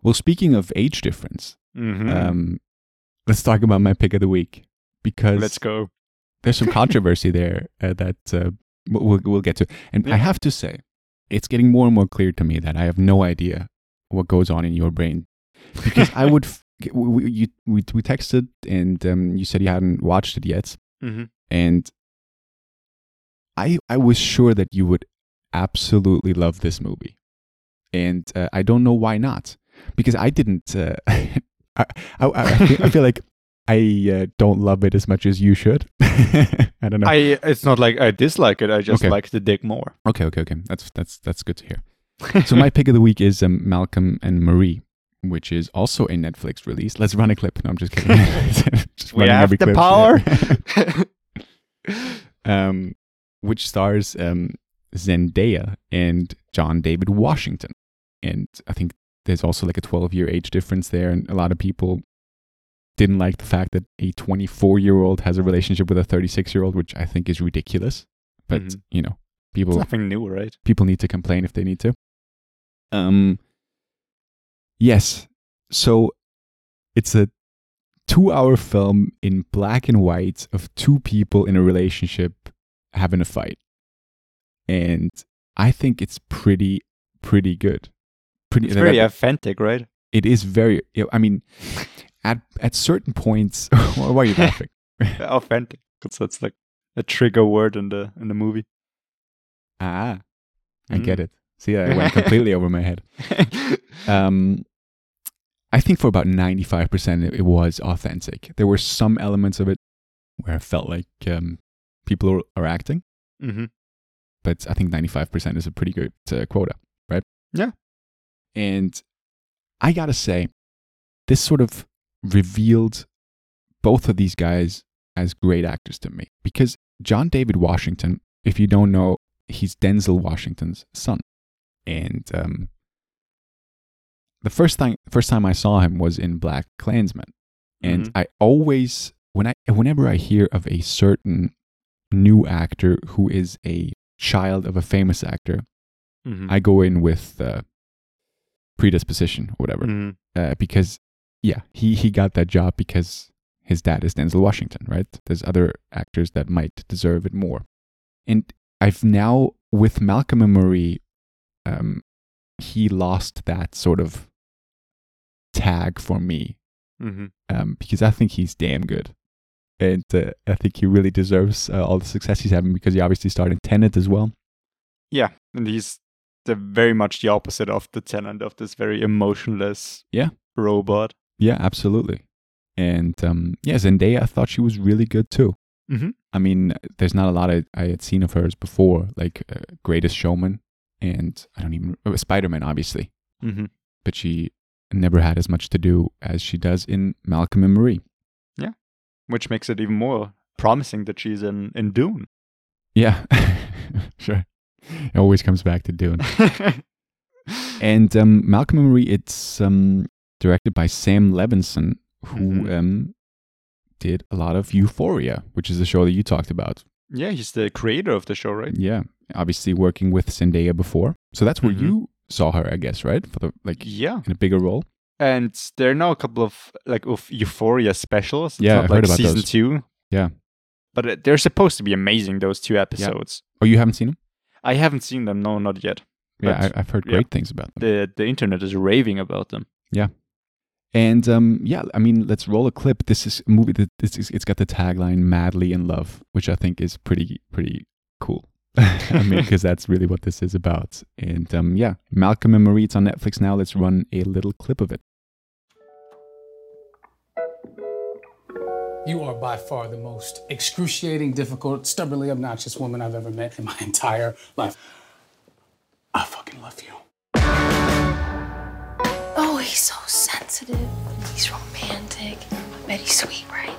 S2: Well, speaking of age difference,
S3: Mm-hmm.
S2: um, let's talk about my pick of the week because
S3: Let's go.
S2: there's
S3: <laughs>
S2: some controversy there uh, that uh, we'll, we'll- we'll get to. And
S3: Yeah.
S2: I have to say, it's getting more and more clear to me that I have no idea what goes on in your brain because I
S3: <laughs>
S2: would. F- we, we, you, we, we texted and um, you said you hadn't watched it yet.
S3: Mhm.
S2: and I I was sure that you would absolutely love this movie, and uh, I don't know why not because I didn't. Uh, <laughs> I, I, I, feel, I feel like I uh, don't love it as much as you should. <laughs> I don't know.
S3: I, it's not like I dislike it. I just
S2: Okay.
S3: like the dick more.
S2: okay, okay, okay. That's that's that's good to hear. So my pick of the week is um, Malcolm and Marie. Which is also a Netflix release. Let's run a clip. No, I'm just kidding. <laughs> Just
S3: we
S2: running
S3: have
S2: every
S3: the
S2: clip. Yeah.
S3: power.
S2: um, which stars um, Zendaya and John David Washington. And I think there's also like a 12 year age difference there. And a lot of people didn't like the fact that a 24 year old has a relationship with a 36 year old, which I think is ridiculous. But,
S3: Mhm.
S2: you know,
S3: It's
S2: people
S3: nothing new, right?
S2: people need to complain if they need to. Um, yes. So it's a two hour film in black and white of two people in a relationship having a fight. And I think it's pretty, pretty good. Pretty,
S3: It's very authentic, right? <laughs>
S2: it is very, I mean, at, at certain points, <laughs> why
S3: <laughs>
S2: are you laughing?
S3: authentic. 'Cause that's like a trigger word in the in the movie. <laughs>
S2: Ah, I
S3: Mhm.
S2: get it. See, I went
S3: <laughs>
S2: completely over my head. um, I think for about 95%, it, it was authentic. There were some elements of it where I felt like um, people are, are acting,
S3: Mhm.
S2: but I think 95% is a pretty good uh, quota, right?
S3: Yeah.
S2: And I got to say, this sort of revealed both of these guys as great actors to me because John David Washington, if you don't know, he's Denzel Washington's son. And um, the first thing first time I saw him was in Black Klansman, and I always when I whenever I hear of a certain new actor who is a child of a famous actor,
S3: Mhm.
S2: I go in with uh, predisposition or whatever
S3: Mhm.
S2: uh, because yeah, he he got that job because his dad is Denzel Washington, right? There's other actors that might deserve it more, and I've now with Malcolm and Marie, um, he lost that sort of tag for me
S3: Mhm.
S2: um, because I think he's damn good. And uh, I think he really deserves uh, all the success he's having because he obviously started Tenet as well.
S3: Yeah, and he's the, very much the opposite of the tenant of this very emotionless
S2: Yeah.
S3: robot.
S2: Yeah, absolutely. And um, yeah, Zendaya, I thought she was really good too.
S3: Mhm.
S2: I mean, there's not a lot I, I had seen of hers before, like uh, Greatest Showman and I don't even, oh, Spider Man, obviously.
S3: Mm-hmm.
S2: But she never had as much to do as she does in Malcolm and Marie.
S3: Which makes it even more promising that she's in in Dune. <laughs>
S2: Yeah, <laughs> sure. It always comes back to Dune. And um, Malcolm and Marie, it's um, directed by Sam Levinson, who
S3: Mhm.
S2: um, did a lot of Euphoria, which is the show that you talked about.
S3: yeah, he's the creator of the show, right?
S2: Yeah, obviously working with Zendaya before, so that's where
S3: Mhm.
S2: you saw her, I guess, right? For the like
S3: Yeah.
S2: in a bigger role.
S3: And there are now a couple of like of Euphoria specials. It's
S2: Yeah,
S3: not
S2: I've
S3: like
S2: heard about
S3: season
S2: those.
S3: two.
S2: Yeah.
S3: but uh, they're supposed to be amazing. Those two episodes.
S2: Oh, you haven't seen him?
S3: I haven't seen them. No, not yet.
S2: Yeah,
S3: But
S2: I, I've heard
S3: yeah.
S2: great things about them.
S3: the the internet is raving about them.
S2: And um, yeah, I mean, let's roll a clip. This is a movie that this is, it's got the tagline "Madly in Love," which I think is pretty pretty cool. <laughs> I mean, because that's really what this is about. And um, yeah, Malcolm and Marie, it's on Netflix now. Let's run a little clip of it.
S7: You are by far the most excruciating, difficult, stubbornly obnoxious woman I've ever met in my <laughs> entire life. I fucking love you.
S8: Oh, he's so sensitive. He's romantic. I bet he's sweet, right?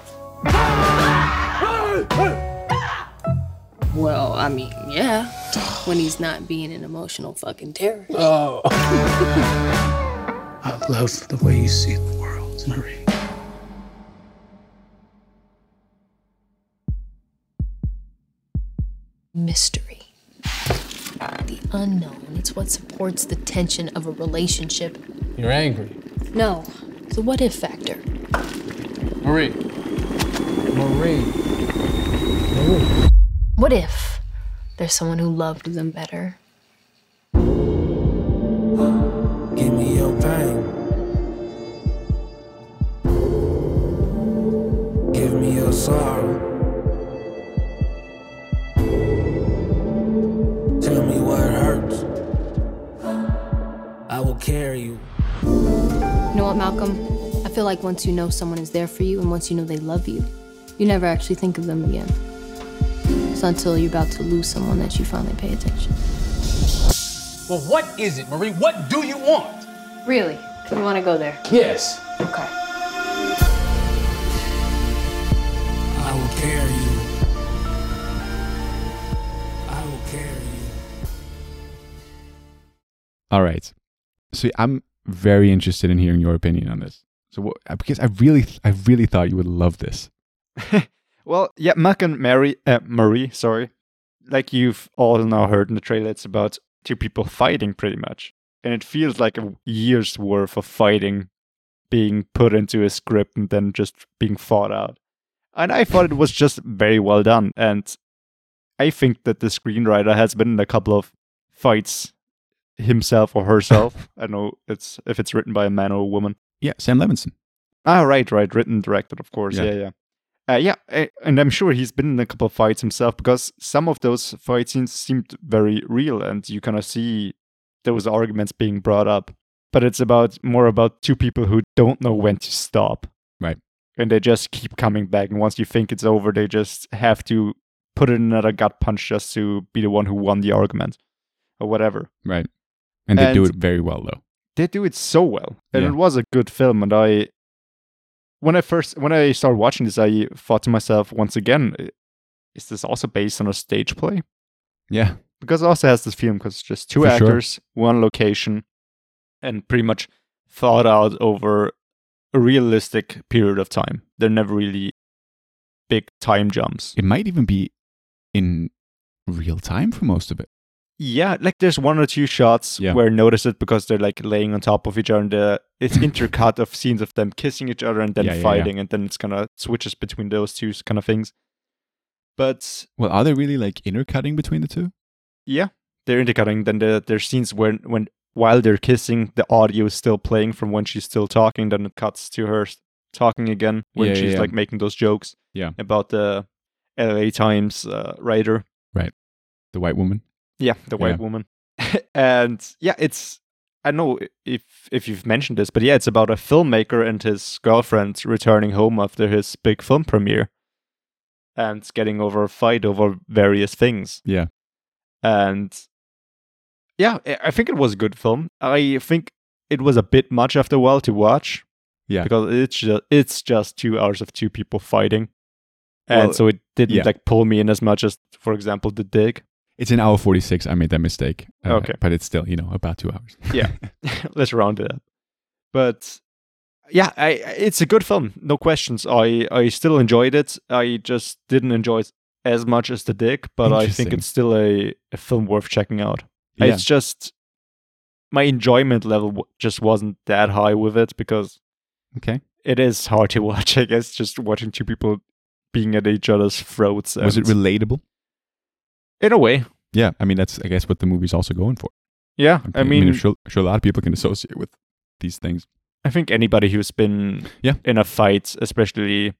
S8: Well, I mean, yeah. When he's not being an emotional fucking terror.
S7: I love the way you see the world, Marie.
S8: Mystery. The unknown. It's what supports the tension of a relationship.
S7: You're angry.
S8: No. The what if factor.
S7: Marie. Marie. Marie.
S8: What if there's someone who loved them better?
S7: Give me your pain. Give me your sorrow. Tell me what hurts. I will carry you.
S8: You know what, Malcolm? I feel like once you know someone is there for you and once you know they love you, you never actually think of them again. It's not until you're about to lose someone that you finally pay attention.
S7: Well, what is it, Marie? What do you want?
S8: Really? We want to go there.
S7: Yes.
S8: Okay.
S7: I will carry you. I will carry you.
S2: All right. So I'm very interested in hearing your opinion on this. So what, because I really, I really thought you would love this.
S3: Well, yeah, Mac and Mary, uh, Marie, sorry. Like you've all now heard in the trailer, it's about two people fighting pretty much. And it feels like a year's worth of fighting being put into a script and then just being fought out. And I thought it was just very well done. And I think that the screenwriter has been in a couple of fights himself or herself. I don't know it's if it's written by a man or a woman.
S2: Yeah, Sam Levinson.
S3: Ah, right, right. Written, directed, of course.
S2: Yeah.
S3: Yeah, yeah. Uh, yeah, a- and I'm sure he's been in a couple of fights himself because some of those fight scenes seemed very real, and you kind of see those arguments being brought up. But it's about more about two people who don't know when to stop,
S2: Right.
S3: And they just keep coming back, and once you think it's over, they just have to put in another gut punch just to be the one who won the argument or whatever
S2: Right. And they do
S3: And-
S2: it very well though.
S3: they do it so well and
S2: Yeah.
S3: it was a good film and i when i first when i started watching this i thought to myself once again i- is this also based on a stage play
S2: Yeah.
S3: because it also has this feeling because it's just two
S2: For sure.
S3: actors one location and pretty much thought out over a realistic period of time they're never really big time jumps
S2: It might even be in real time for most of it.
S3: Yeah, like there's one or two shots
S2: Yeah.
S3: where I notice it because they're like laying on top of each other and the, it's intercut of scenes of them kissing each other and then
S2: Yeah, yeah, yeah.
S3: fighting and then it's kind of switches between those two kind of things. But
S2: Well, are they really like intercutting between the two?
S3: yeah, they're intercutting. Then there there's scenes when when while they're kissing, the audio is still playing from when she's still talking. Then it cuts to her s- talking again when
S2: Yeah, yeah,
S3: she's
S2: yeah.
S3: like making those jokes
S2: Yeah.
S3: about the LA Times uh, writer.
S2: The white woman.
S3: Yeah, the white
S2: Yeah.
S3: woman. <laughs> and yeah, it's I know i- if if you've mentioned this, but yeah, it's about a filmmaker and his girlfriend returning home after his big film premiere and getting over a fight over various things.
S2: Yeah.
S3: And yeah, I- I think it was a good film. I think it was a bit much after a while to watch.
S2: Yeah.
S3: Because it's just it's just two hours of two people fighting. And
S2: Well,
S3: so it didn't
S2: yeah.
S3: like pull me in as much as, for example, the dig.
S2: It's an hour 46. I made that mistake. Uh,
S3: Okay.
S2: But it's still, you know, about two <laughs> hours.
S3: Yeah. <laughs> let's round it up. But yeah, I, I- it's a good film, no questions. I, I still enjoyed it. I just didn't enjoy it as much as The Dick, but I think
S2: Interesting.
S3: it's still a, a film worth checking out.
S2: Yeah.
S3: It's just my enjoyment level w- just wasn't that high with it because
S2: okay.
S3: it is hard to <laughs> watch, I guess, just watching two people being at each other's throats.
S2: Was it
S3: and-
S2: relatable?
S3: in a way?
S2: Yeah. I mean, that's, I guess, what the movie's also going for.
S3: Yeah.
S2: I'm-
S3: I mean,
S2: I'm sure, sure a lot of people can associate with these things.
S3: I think anybody who's been
S2: Yeah.
S3: in a fight, especially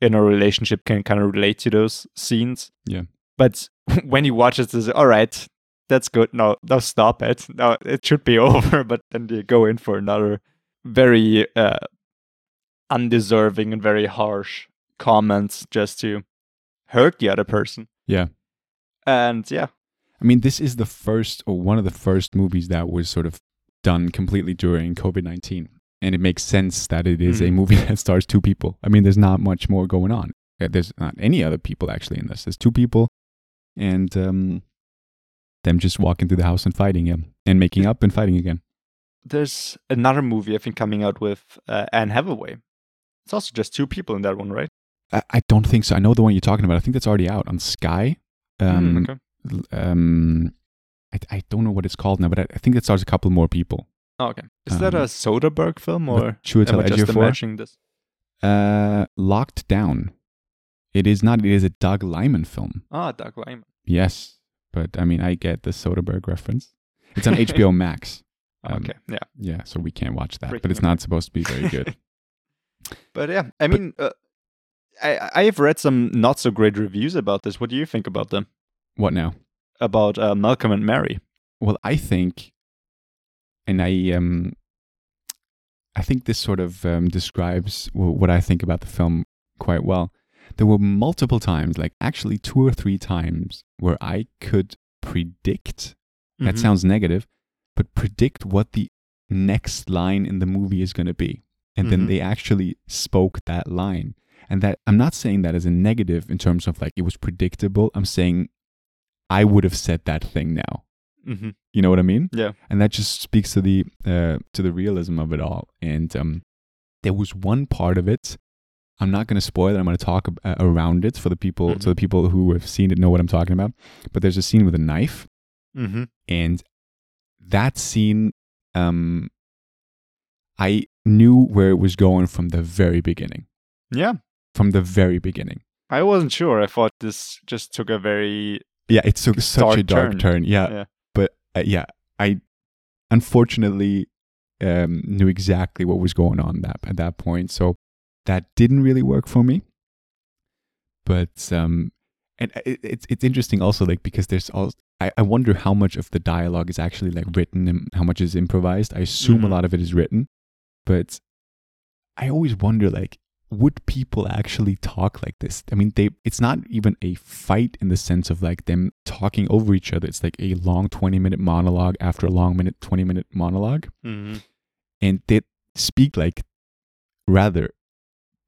S3: in a relationship, can kind of relate to those scenes.
S2: Yeah.
S3: But <laughs> when you watch it, it's all right, that's good. No, now stop it. Now it should be <laughs> over. But then they go in for another very uh, undeserving and very harsh comments just to hurt the other person.
S2: Yeah.
S3: And yeah,
S2: I mean, this is the first or one of the first movies that was sort of done completely during COVID 19. And it makes sense that it is a
S3: Mhm.
S2: movie <laughs> that stars two people. I mean, there's not much more going on. Uh, There's not any other people actually in this. There's two people and um, them just walking through the house and fighting him and making up and fighting again.
S3: there's another movie I think coming out with uh, Anne Hathaway. It's also just two people in that one, right?
S2: I, I don't think so. I know the one you're talking about. I think that's already out on Sky. Um,
S3: Hmm, okay.
S2: l- um, I, I don't know what it's called now, but I, I think it stars a couple more people.
S3: Oh, okay. Is that
S2: Um,
S3: a Soderbergh film
S2: not
S3: or
S2: sure it's
S3: am I
S2: on
S3: just
S2: Edge of War.
S3: imagining this?
S2: Uh, Locked Down. It is not. It is a Doug Lyman film.
S3: Ah, Doug Lyman.
S2: Yes, but I mean, I get the Soderbergh reference. It's on HBO Max. Um,
S3: okay, yeah.
S2: Yeah, so we can't watch that, but
S3: Freaking
S2: it's not supposed to be very good.
S3: But yeah, I mean, uh, I I have read some not so great reviews about this. What do you think about them?
S2: what now?
S3: About uh, Malcolm and Mary?
S2: Well, I think, and I um, I think this sort of um, describes w- what I think about the film quite well. There were multiple times, like actually two or three times, where I could predict. That
S3: Mhm.
S2: sounds negative, but predict what the next line in the movie is going to be, and then
S3: Mhm.
S2: they actually spoke that line. And that I'm not saying that as a negative in terms of like it was predictable. I'm saying I would have said that thing now
S3: Mhm.
S2: You know what I mean?
S3: Yeah.
S2: And that just speaks to the uh, to the realism of it all. And um, there was one part of it. I'm not going to spoil it. I'm going to talk ab- uh, around it for the people,
S3: Mhm.
S2: so the people who have seen it know what I'm talking about. But there's a scene with a knife,
S3: Mhm.
S2: and that scene, um, I knew where it was going from the very beginning.
S3: Yeah.
S2: From the very beginning.
S3: I wasn't sure. I thought this just took a very
S2: Yeah, it took such a
S3: Dark
S2: dark
S3: turn.
S2: turn. Yeah.
S3: Yeah.
S2: but uh, yeah, I unfortunately um, knew exactly what was going on that at that point, so that didn't really work for me. But um, and it, it's it's interesting also like because there's all I, I wonder how much of the dialogue is actually like written and how much is improvised. I assume
S3: Mhm.
S2: a lot of it is written, but I always wonder like would people actually talk like this? I mean, they it's not even a fight in the sense of like them talking over each other. It's like a long 20 minute monologue after a long minute 20 minute monologue
S3: Mhm.
S2: and they speak like rather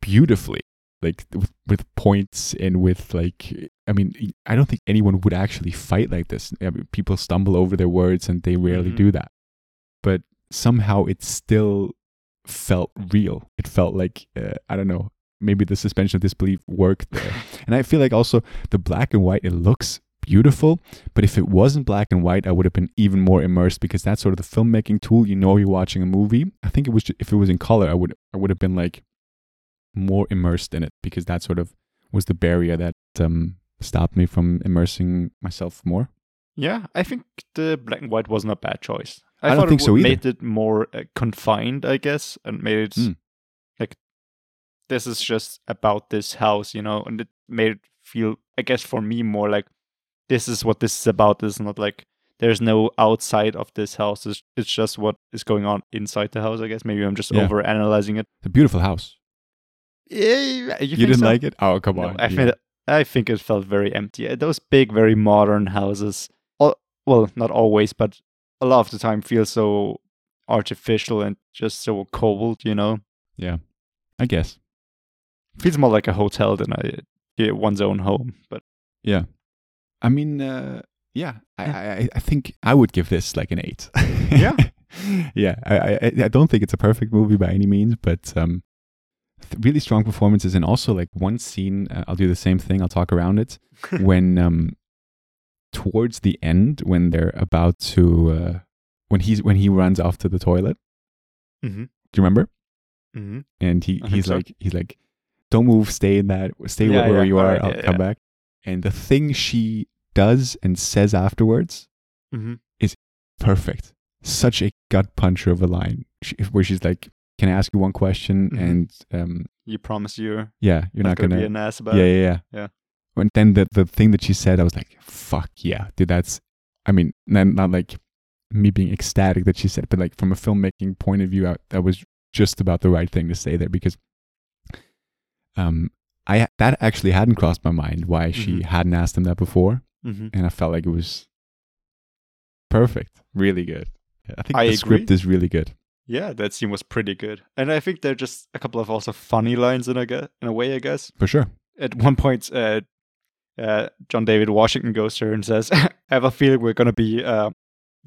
S2: beautifully like with, with points and with like I mean, I don't think anyone would actually fight like this. I mean, people stumble over their words and they rarely
S3: Mhm.
S2: do that. But somehow it still felt real. It felt like, uh, I don't know, maybe the suspension of disbelief worked there. and I feel like also the black and white, it looks beautiful. But if it wasn't black and white, I would have been even more immersed because that's sort of the filmmaking tool. You know, you're watching a movie. I think it was, ju- if it was in color, I would, I would have been like more immersed in it because that sort of was the barrier that um, stopped me from immersing myself more.
S3: Yeah, I think the black and white was not a bad choice.
S2: I don't
S3: thought it
S2: think so
S3: would-
S2: either.
S3: Made it more uh, confined, I guess, and made it
S2: Mm.
S3: like this is just about this house, you know, and it made it feel, I guess, for me more like this is what this is about. This is not like there's no outside of this house. It's, it's just what is going on inside the house. I guess maybe I'm just
S2: Yeah.
S3: over analyzing it.
S2: It's a beautiful house.
S3: Yeah, you,
S2: You,
S3: think
S2: didn't
S3: so?
S2: like it? Oh, come
S3: No,
S2: on.
S3: I
S2: Yeah.
S3: think I think it felt very empty. Uh, Those big, very modern houses, all, well, not always, but a lot of the time, feel so artificial and just so cold. You know,
S2: I guess.
S3: feels more like a hotel than a yeah, one's own home. But
S2: Yeah. I mean, uh, yeah, I, I, I think I would give this like an eight.
S3: Yeah.
S2: <laughs> yeah. I, I, I don't think it's a perfect movie by any means, but um, th- really strong performances. And also, like, one scene, uh, I'll do the same thing, I'll talk around it. when, um, towards the end, when they're about to, uh, when, he's, when he runs off to the toilet,
S3: Mhm.
S2: do you remember?
S3: mm-hmm.
S2: and he
S3: I think
S2: he's
S3: so.
S2: like he's like don't move stay in that stay
S3: Yeah,
S2: where
S3: yeah,
S2: you are
S3: alright,
S2: i'll
S3: yeah,
S2: come
S3: yeah.
S2: back and the thing she does and says afterwards
S3: Mhm.
S2: is perfect such a gut puncher of a line she, where she's like can i ask you one question
S3: Mhm.
S2: and um
S3: you promise you're
S2: yeah you're not,
S3: gonna,
S2: gonna
S3: be an ass about
S2: yeah,
S3: it.
S2: yeah, yeah.
S3: Yeah.
S2: And then the, the thing that she said, I was like, fuck yeah, dude, that's, I mean, not, not like me being ecstatic that she said, but like from a filmmaking point of view, I, that was just about the right thing to say there because um, I that actually hadn't crossed my mind why she
S3: Mhm.
S2: hadn't asked him that before.
S3: Mm-hmm.
S2: And I felt like it was perfect, really good. I think
S3: I
S2: the
S3: agree.
S2: script is really good.
S3: Yeah, that scene was pretty good, and I think there are just a couple of also funny lines in a gu- in a way, I guess.
S2: For sure.
S3: at <laughs> one point, uh, uh, John David Washington goes to her and says, <laughs> "I have a feeling we're gonna be uh,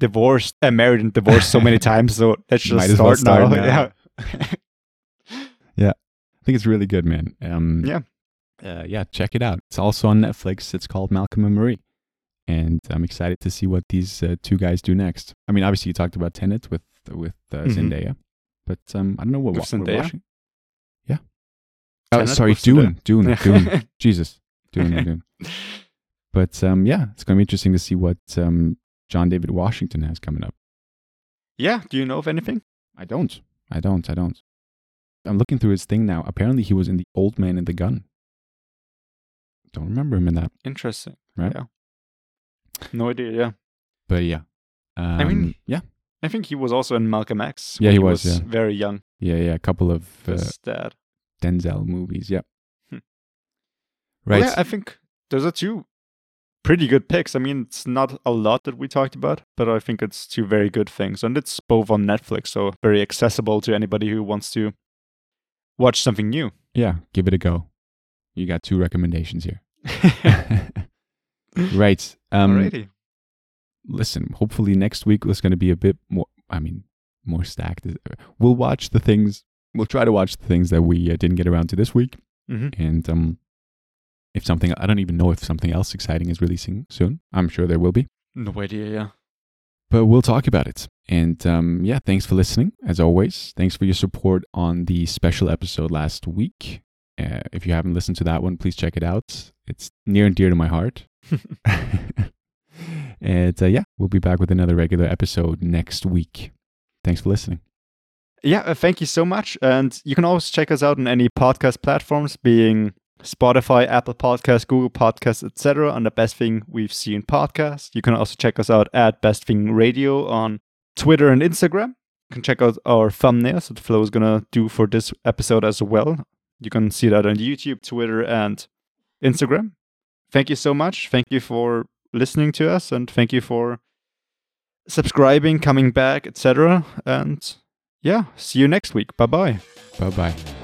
S3: divorced, uh, married and divorced so
S2: <laughs>
S3: many times, so let's just
S2: Might as
S3: start,
S2: well start
S3: <laughs> now."
S2: now.
S3: Yeah.
S2: I think it's really good, man. Um,
S3: Yeah.
S2: uh, yeah. Check it out. It's also on Netflix. It's called Malcolm and Marie, and I'm excited to see what these uh, two guys do next. I mean, obviously, you talked about Tenet with with uh,
S3: Mhm.
S2: Zendaya, but um, I don't know what
S3: With
S2: wa- we're
S3: Zendaya?
S2: watching. Yeah. Oh,
S3: Tenet
S2: sorry,
S3: with
S2: Dune, Dune,
S3: <laughs> Yeah.
S2: Dune. Jesus, Dune, Dune.
S3: <laughs>
S2: But um, yeah, it's going to be interesting to see what um, John David Washington has coming up.
S3: yeah. Do you know of anything?
S2: I don't. I don't. I don't. I'm looking through his thing now. Apparently, he was in The Old Man and the Gun. Don't remember him in that.
S3: Interesting.
S2: Right.
S3: Yeah. No idea. Yeah.
S2: But yeah. Um,
S3: mean-
S2: yeah.
S3: I think he was also in Malcolm X.
S2: Yeah,
S3: when
S2: he was, yeah.
S3: very young.
S2: Yeah, yeah. A couple of uh,
S3: His dad.
S2: Denzel movies. Yeah.
S3: Hmm.
S2: Right.
S3: Yeah, I think those are two pretty good picks. I mean, it's not a lot that we talked about, but I think it's two very good things. And it's both on Netflix, so very accessible to anybody who wants to watch something new. <laughs>
S2: yeah. Give it a go. You got
S3: <laughs>
S2: two recommendations here. <laughs> right. Um,
S3: Alrighty.
S2: listen, hopefully next week was going to be a bit more, I mean, more stacked. We'll watch the things, we'll try to watch the things that we uh, didn't get around to this week.
S3: Mhm.
S2: And um, if something, I don't even know if something else exciting is releasing soon. I'm sure there will be,
S3: No idea, yeah.
S2: but we'll talk about it. And um, yeah, thanks for listening. As always, thanks for your support on the special episode last week. Uh, if you haven't listened to that one, please check it out. It's near and dear to my heart. <laughs> and uh, yeah, we'll be back with another regular episode next week. Thanks for listening.
S3: yeah, uh, thank you so much. And you can always check us out on any podcast platforms, being Spotify, Apple Podcasts, Google Podcasts, etc. on the Best Thing We've Seen podcast. You can also check us out at Best Thing Radio on Twitter and Instagram. You can check out our thumbnails that Flo is gonna do for this episode as well. You can see that on YouTube, Twitter, and Instagram. Thank you so much. Thank you for listening to us, and thank you for subscribing, coming back, etc. And yeah, see you next week. Bye bye.
S2: Bye bye.